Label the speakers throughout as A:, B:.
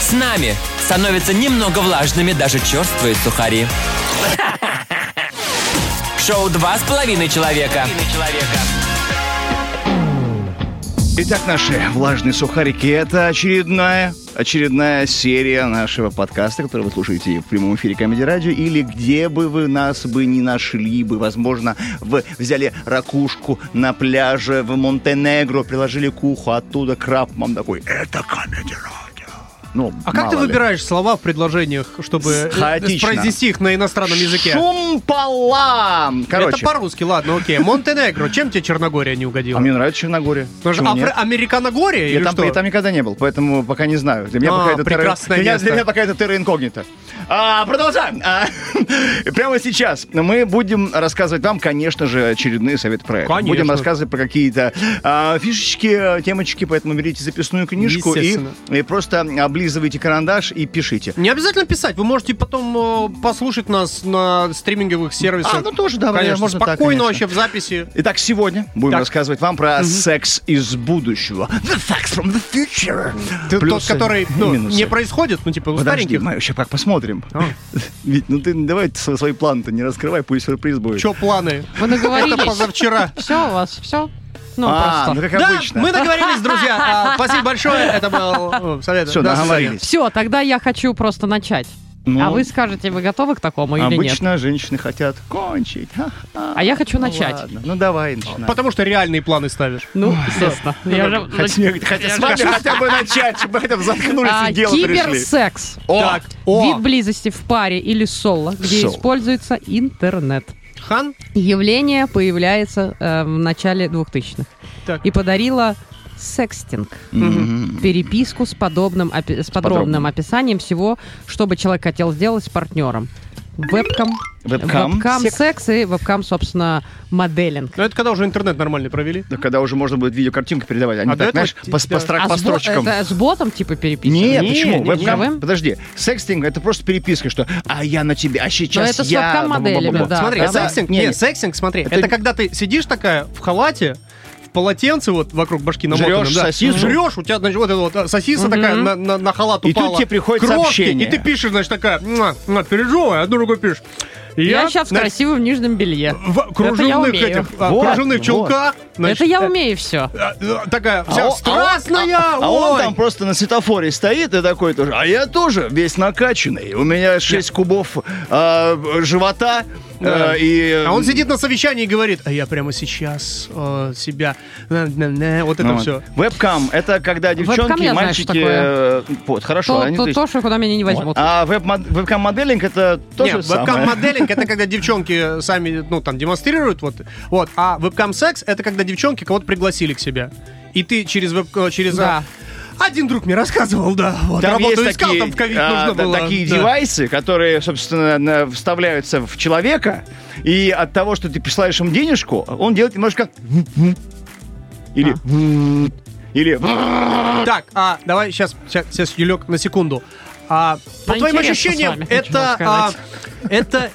A: с нами. Становятся немного влажными даже черствые сухари. Шоу «Два с половиной человека».
B: Итак, наши влажные сухарики – это очередная, очередная серия нашего подкаста, который вы слушаете в прямом эфире Comedy Radio, или где бы вы нас бы не нашли бы, возможно, вы взяли ракушку на пляже в Монтенегро, приложили к уху, оттуда краб вам такой «Это Comedy Radio». Ну,
C: А как
B: мало
C: ты
B: ли.
C: выбираешь слова в предложениях, чтобы э,
B: Хаотично.
C: произнести их на иностранном языке?
B: Шум пополам! Короче,
C: Это по-русски, ладно, окей. Монтенегро, чем тебе Черногория не
B: а
C: угодила?
B: мне нравится Черногория.
C: Потому что
B: Почему нет?
C: Афри- Американогория
B: Я
C: или
B: там,
C: что?
B: я там никогда не был, поэтому пока не знаю. Для меня
C: А,
B: пока это терра-
C: прекрасное
B: для меня-
C: место.
B: для меня пока это терра инкогнито. А, продолжаем. А, прямо сейчас мы будем рассказывать вам, конечно же, очередные советы проекта.
C: Конечно.
B: Будем рассказывать про какие-то а, фишечки, а, темочки, поэтому берите записную книжку и,
C: Естественно.
B: и просто облизывайте карандаш и пишите. А,
C: Не обязательно писать, вы можете потом э, послушать нас на стриминговых сервисах.
B: А, ну тоже, да,
C: конечно,
B: можно так,
C: спокойно
B: конечно.
C: вообще в записи.
B: Итак, сегодня будем
C: Так.
B: рассказывать вам про секс из будущего. The sex from the future.
C: Ты тот,
B: Плюсы
C: который
B: и
C: ну,
B: минусы.
C: не происходит, ну типа у
B: Подожди,
C: стареньких.
B: мы еще как посмотрим.
C: А.
B: Ведь, ну ты давай ты свои свои планы-то не раскрывай, пусть сюрприз будет.
C: Че планы?
D: Вы
C: Это
D: наговорились?
C: позавчера.
D: Все у вас, все? Ну,
B: а,
D: просто.
B: ну как
C: Да,
B: обычно.
C: мы договорились, друзья. А, Спасибо большое. Это был э, совет.
B: Все,
C: Да,
B: договорились.
D: Все, тогда я хочу просто начать.
B: Ну,
D: А вы скажете, вы готовы к такому или нет?
B: обычно женщины хотят кончить. Ха-ха.
D: А я хочу
B: Ну
D: начать.
B: ладно, Ну давай,
C: совет.
B: начинай.
C: Потому что реальные планы ставишь.
D: Ну, естественно. Я уже
B: Хоть
D: нач-
B: мне- хотя с вами хотя бы начать, чтобы мы хотя бы заткнулись
D: А,
B: и дело пришли.
D: киберсекс.
C: Так, о,
D: Вид близости в паре или соло, где
B: Соло.
D: используется интернет.
C: хан.
D: Явление появляется э, в начале 2000-х
C: Так.
D: и подарило секстинг.
B: Мгм.
D: Переписку с, подобным, опи- с подробным
B: подробным.
D: описанием всего, что бы человек хотел сделать с партнером. Вебкам,
B: Вебкам. Сек-
D: секс и вебкам, собственно, моделинг.
C: Ну это когда уже интернет нормально провели.
B: Да когда уже можно будет видеокартинку передавать, а
C: А
B: не
C: до
B: так,
C: этого
B: знаешь, по, по,
C: тебя-
B: стра-
D: А
B: по
D: с бо-
B: строчкам.
D: это с ботом типа переписано?
B: Нет, почему?
C: не,
B: Вебкам-
D: не.
B: Подожди, секстинг это просто переписка, что а я на тебе, а сейчас
D: это с
B: я.
D: вебкам-моделями,
B: Бла-бла-бла.
D: да.
C: смотри,
B: да,
C: сексинг,
B: да.
C: не,
B: Не, не.
C: сексинг, смотри, это...
B: Это-
C: когда ты сидишь такая в халате, в полотенце вот вокруг башки намотанном,
B: Жрёшь
C: да,
B: сосиску.
C: жрешь, у тебя, значит, вот эта вот а, сосиса такая на, на, на халат
B: И
C: упала.
B: тут тебе приходит
C: крошки,
B: сообщение.
C: И ты пишешь, значит, такая, «Муа, муа», пережевывай, одну руку пишешь.
D: Я, сейчас в
C: значит,
D: красивом нижнем белье.
C: в
D: Это я
C: кружевных
D: умею.
C: этих, а,
B: Вот,
C: кружевных
B: вот.
C: чулках. значит,
D: это я умею все.
C: а, а, Такая
B: А
C: вся
B: он-
C: страстная,
B: а он- А он
C: ой.
B: там просто на светофоре стоит и такой тоже. А я тоже весь накачанный. У меня 6 кубов э, живота.
C: Да.
B: э, и,
C: А он сидит на совещании и говорит, а я прямо сейчас э, себя, на-на-на», вот это
B: Ну,
C: все.
B: Вебкам — это когда
D: Вебкам
B: девчонки,
D: я знаю, что
B: мальчики...
D: такое.
B: э, Вот, хорошо,
D: То,
B: они
D: то,
B: то есть-
D: то, что куда меня не возьмут.
B: Вот. А веб-мод- вебкам-моделинг — это то
C: Нет,
B: же самое.
C: вебкам-моделинг это когда девчонки сами, ну, там, демонстрируют, вот. вот. А вебкам-секс это когда девчонки кого-то пригласили к себе. И ты через веб... э, через...
D: Да.
C: а, Один друг мне рассказывал, да. Вот,
B: Там
C: работу
B: есть
C: искал,
B: такие,
C: там в ковид
B: а,
C: нужно
B: та-
C: было.
B: такие
C: да.
B: девайсы, которые, собственно, на- вставляются в человека, и от того, что ты присылаешь им денежку, он делает немножко...
C: А.
B: Или... Или...
C: Так, а, давай сейчас, сейчас, Юлек, на секунду. А, по
D: Да
C: твоим
D: интересно с
C: ощущениям,
D: вами, хочу
C: это... а,
D: сказать.
C: это...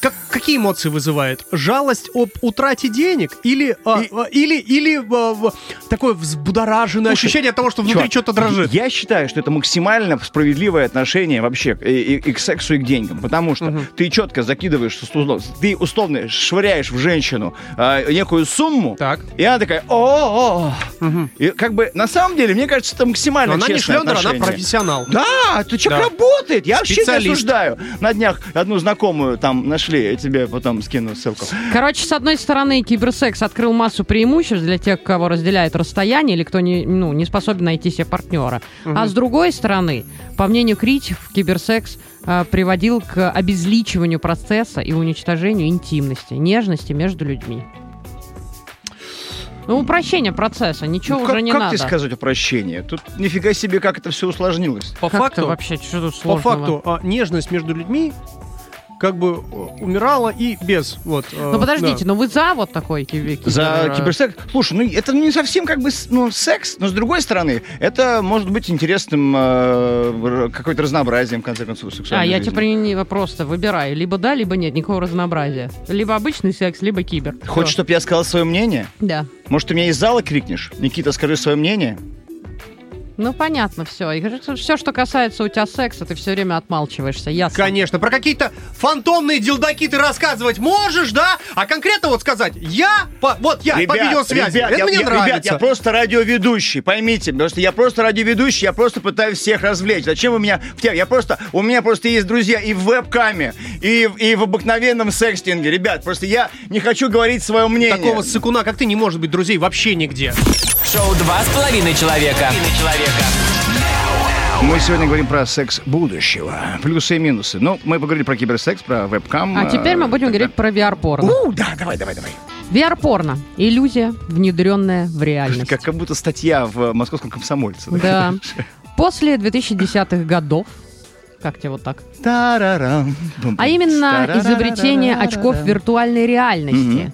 C: Как, какие эмоции вызывает? Жалость об утрате денег или а, а, или или а, в- такое взбудораженное Ну, ощущение от того, что внутри
B: Чувак,
C: что-то дрожит?
B: Я считаю, что это максимально справедливое отношение вообще и, и- и к сексу, и к деньгам. Потому что ты четко закидываешь, условно- ты условно швыряешь в женщину а, некую сумму,
C: Так.
B: и она такая о о И как бы на самом деле, мне кажется, это максимально
C: Но она не
B: честное
C: шлендер, она
B: отношение.
C: профессионал.
B: Да, это человек
C: Да.
B: работает. Я вообще не
C: Специалист.
B: осуждаю. На днях одну знакомую там нашли, я тебе потом скину ссылку.
D: Короче, с одной стороны, киберсекс открыл массу преимуществ для тех, кого разделяет расстояние или кто не, ну, не способен найти себе партнера. А с другой стороны, по мнению критиков, киберсекс э, приводил к обезличиванию процесса и уничтожению интимности, нежности между людьми. Ну, упрощение процесса, ничего
B: Ну,
D: уже
B: как
D: не
B: как
D: надо.
B: тебе сказать упрощение? Тут нифига себе, как это все усложнилось.
C: По
D: Как
C: факту,
D: ты вообще, что тут
C: по
D: сложного?
C: факту, а, нежность между людьми как бы э, умирала и без вот. э,
D: Ну, подождите, но вы за вот такой кибер...
B: э, За
D: кибер-
B: киберсекс. Слушай, ну это не совсем как бы с- ну, секс, но с другой стороны, это может быть интересным э, р- какой-то разнообразием, в конце концов,
D: А,
B: сексуальной
D: я
B: жизни.
D: теперь не- просто выбираю. Либо да, либо нет. Никакого разнообразия. Либо обычный секс, либо кибер.
B: Хочешь,
D: Всё.
B: чтобы я сказал свое мнение?
D: Да.
B: Может, ты меня из зала крикнешь? Никита, скажи свое мнение?
D: Ну, понятно, все. И все, что касается у тебя секса, ты все время отмалчиваешься. Ясно.
C: Конечно, про какие-то фантомные делдаки ты рассказывать можешь, да? А конкретно вот сказать, я, по, вот я А, по видеосвязи,
B: ребят,
C: это
B: я,
C: мне
B: я-
C: нравится.
B: ребят, я просто радиоведущий, поймите, потому что я просто радиоведущий, я просто пытаюсь всех развлечь. Зачем вы меня в тему? Я просто, у меня просто есть друзья и в вебкаме, и, в- и в обыкновенном секстинге. Ребят, просто я не хочу говорить свое мнение.
C: Такого сыкуна, как ты, не может быть друзей вообще нигде.
A: Шоу «Два с половиной человека».
B: Мы сегодня говорим про секс будущего, плюсы и минусы. Ну, мы поговорили про киберсекс, про вебкам. э,
D: А теперь мы будем говорить про VR-порно.
B: У, да, давай, давай, давай.
D: VR-порно. Иллюзия, внедренная в реальность.
B: Как, как будто статья в э, московском комсомольце.
D: Да. После 2010-х годов, как тебе вот так,
B: Тарарам. Бум-бум.
D: а именно
B: Тарарарарарарам.
D: изобретение очков виртуальной реальности.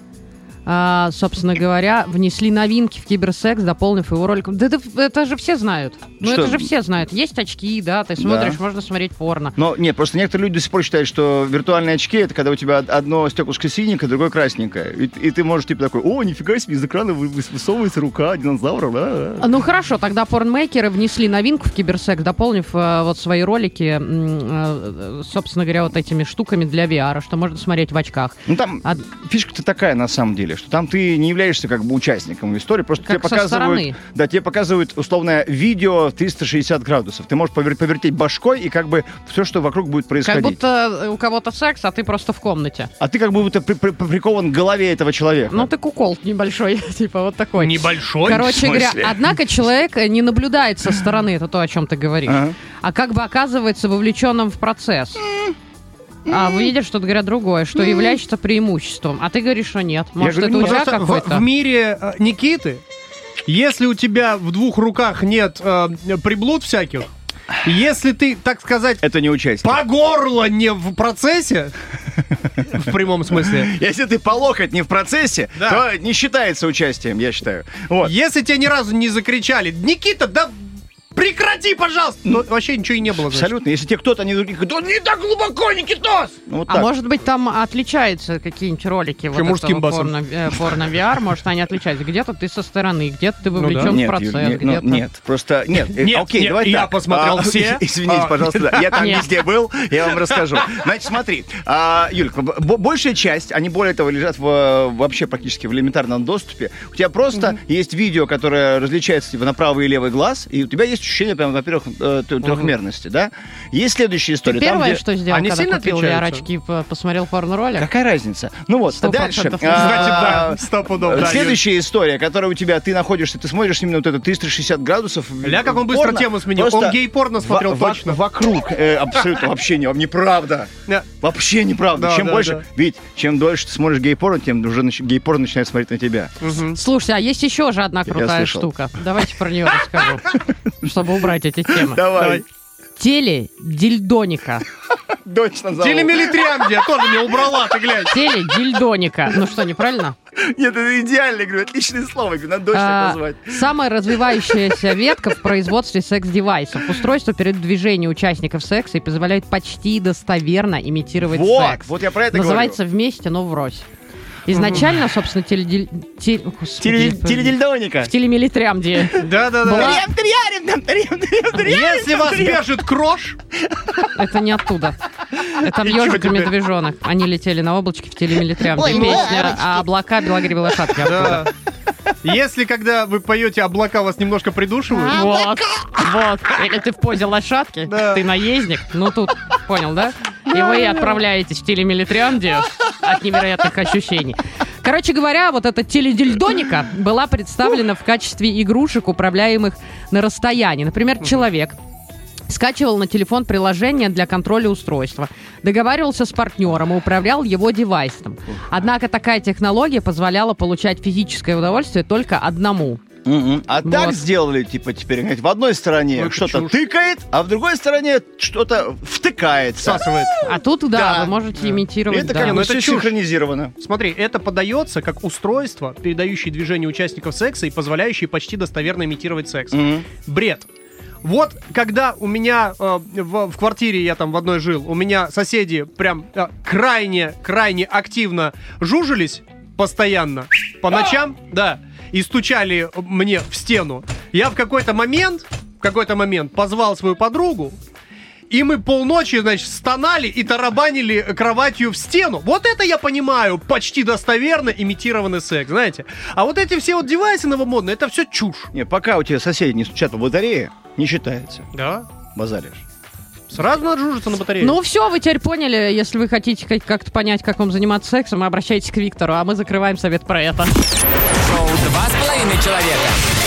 D: А, собственно говоря, внесли новинки в киберсекс, дополнив его роликом. Да это, это же все знают. Ну,
B: Что?
D: это же все знают. Есть очки, да, ты смотришь, можно смотреть порно.
B: Но нет, просто некоторые люди до сих пор считают, что виртуальные очки это когда у тебя од- одно стеклышко синенькое, другое красненькое. И, и ты можешь типа такой, о, нифига себе, из экрана вы- выс- высовывается рука динозавра. да, да».
D: Ну хорошо, тогда порнмейкеры внесли новинку в киберсекс, дополнив э, вот свои ролики, м, э, собственно говоря, вот этими штуками для VR, что можно смотреть в очках.
B: Ну там
D: А-
B: фишка-то такая на самом деле, что там ты не являешься как бы участником истории, просто
D: Как
B: тебе
D: со
B: показывают,
D: стороны.
B: да, тебе показывают условное видео в 360 градусов. Ты можешь повер- повертеть башкой и как бы все, что вокруг будет
D: Как
B: происходить.
D: будто у кого-то секс, а ты просто в комнате.
B: А ты как будто при- при- прикован к голове этого человека.
D: Ну, ты кукол небольшой, типа вот такой.
C: Небольшой.
D: Короче
B: в
D: говоря,
B: смысле?
D: однако человек э, не наблюдает со стороны, это то, о чем ты говоришь,
B: Ага.
D: а как бы оказывается вовлеченным в процесс. А
B: М-м.
D: видишь что-то, говорят, другое, что является преимуществом. А ты говоришь, что нет. Может,
B: говорю,
D: это у
B: ну,
D: тебя
C: Потому что в- в,
D: какой-то?
C: мире э, Никиты, если у тебя в двух руках нет э, приблуд всяких, если ты, так сказать,
B: Это не участие.
C: по горло не в процессе, в прямом смысле,
B: Если ты по локоть не в процессе,
C: Да.
B: то не считается участием, я считаю. Вот.
C: если тебя ни разу не закричали, Никита, да прекрати, пожалуйста! Ну, вообще ничего и не было, значит.
B: Абсолютно. Если тебе кто-то не других, да не так глубоко, Никитос! Ну, вот
D: А
B: так.
D: может быть, там отличаются какие-нибудь ролики вот
C: Чем мужским
D: этого
C: басом.
D: порно, э, порно-VR, может, они отличаются. Где-то ты со стороны, где-то ты вовлечен
C: да.
D: в
B: Ну Нет,
D: процесс,
B: Юль, нет, ну,
D: где-то...
B: нет, просто нет, э,
C: Нет,
B: окей,
C: нет,
B: давай
C: я
B: так.
C: посмотрел все.
B: и- Извините,
C: А.
B: пожалуйста, да, я там
D: Нет.
B: везде был, я вам расскажу. Значит, смотри, а, Юлька, б- бо- большая часть, они более того лежат в, э, вообще практически в элементарном доступе. У тебя просто есть видео, которое различается типа на правый и левый глаз, и у тебя есть ощущение, прям, во-первых, э, т- трехмерности, да? Есть следующая история. там,
D: Первое,
B: где-
D: что сделал,
C: Они
D: когда
C: сильно
D: купил
C: отличаются?
D: VR-очки, по- посмотрел порно-ролик?
B: Какая разница? Ну вот,
D: Сто
B: дальше.
D: процентов.
B: а,
C: Значит, да, стопудово, да,
B: Следующая история, которая у тебя, ты находишься, ты смотришь именно вот это 360 градусов.
C: Ля, как он быстро
B: порно.
C: тему сменил.
B: Просто
C: Он гей-порно смотрел
B: во- во-
C: точно.
B: Вокруг, э, абсолютно, вообще не, неправда.
C: Да.
B: Вообще неправда.
C: Да,
B: чем
C: да,
B: больше,
C: да.
B: ведь чем дольше ты смотришь гей-порно, тем уже нач- гей-порно начинает смотреть на тебя.
D: Слушайте, а есть еще же одна
B: Я
D: крутая
B: слышал.
D: штука. Давайте про нее расскажу, чтобы убрать эти темы.
B: Давай.
D: Теле-дильдоника.
B: Дочь назвала.
C: Телемилитриам я тоже не убрала, ты глянь.
D: Теле-дильдоника. Ну что, неправильно?
B: Нет, это идеально, говорю, отличное слово, говорю, надо дочь так
D: А,
B: назвать.
D: Самая развивающаяся ветка в производстве секс-девайсов. Устройство передвижения участников секса и позволяет почти достоверно имитировать
B: Вот,
D: секс.
B: вот я про это говорю.
D: Называется «Вместе, но врозь». Изначально, собственно, теледиль- теле... господи,
B: Теле- Теледильдоника.
D: В телемилитрям, где...
C: Да-да-да.
D: Была-
C: Если вас бежит крош,
D: Это не оттуда. Это ежик и медвежонок. Они летели на облачке в телемилитрям. где Песня, а облака белогривые лошадки. оттуда.
C: Да. Если когда вы поете, облака вас немножко придушивают. ну,
D: Вот, вот. Или ты в позе лошадки,
C: Да.
D: ты наездник. Ну тут, понял, да? И вы отправляетесь в телемилитриандию от невероятных ощущений. Короче говоря, вот эта теледильдоника была представлена в качестве игрушек, управляемых на расстоянии. Например, человек скачивал на телефон приложение для контроля устройства, договаривался с партнером и управлял его девайсом. Однако такая технология позволяла получать физическое удовольствие только одному.
B: Мгм. А
C: Ну
D: Вот.
B: так сделали, типа, теперь, говорит, в одной стороне
C: Ой,
B: что-то
C: Ну чушь.
B: тыкает, а в другой стороне что-то втыкается.
C: Всасывает.
D: А тут, да,
B: Да.
D: вы можете
B: И
D: имитировать.
B: это
D: да.
B: как бы
C: Ну, это
B: все
C: чушь.
B: синхронизировано.
C: Смотри, это подается как устройство, передающее движение участников секса и позволяющее почти достоверно имитировать секс.
B: Мгм.
C: Бред. Вот когда у меня э, в, в квартире, я там в одной жил, у меня соседи прям э, крайне, крайне активно жужились постоянно по ночам, да, и стучали мне в стену. Я в какой-то момент в какой-то момент позвал свою подругу, и мы полночи, значит, стонали и тарабанили кроватью в стену. Вот это я понимаю, почти достоверно имитированный секс, знаете. А вот эти все вот девайсы новомодные, это все чушь.
B: Не, пока у тебя соседи не стучат по батарее, не считается.
C: Да.
B: Базаришь.
C: Сразу надо жужжиться на батарее.
D: Ну все, вы теперь поняли. Если вы хотите как- как-то понять, как вам заниматься сексом, обращайтесь к Виктору, а мы закрываем совет про это.
A: Шоу «Два с половиной человека».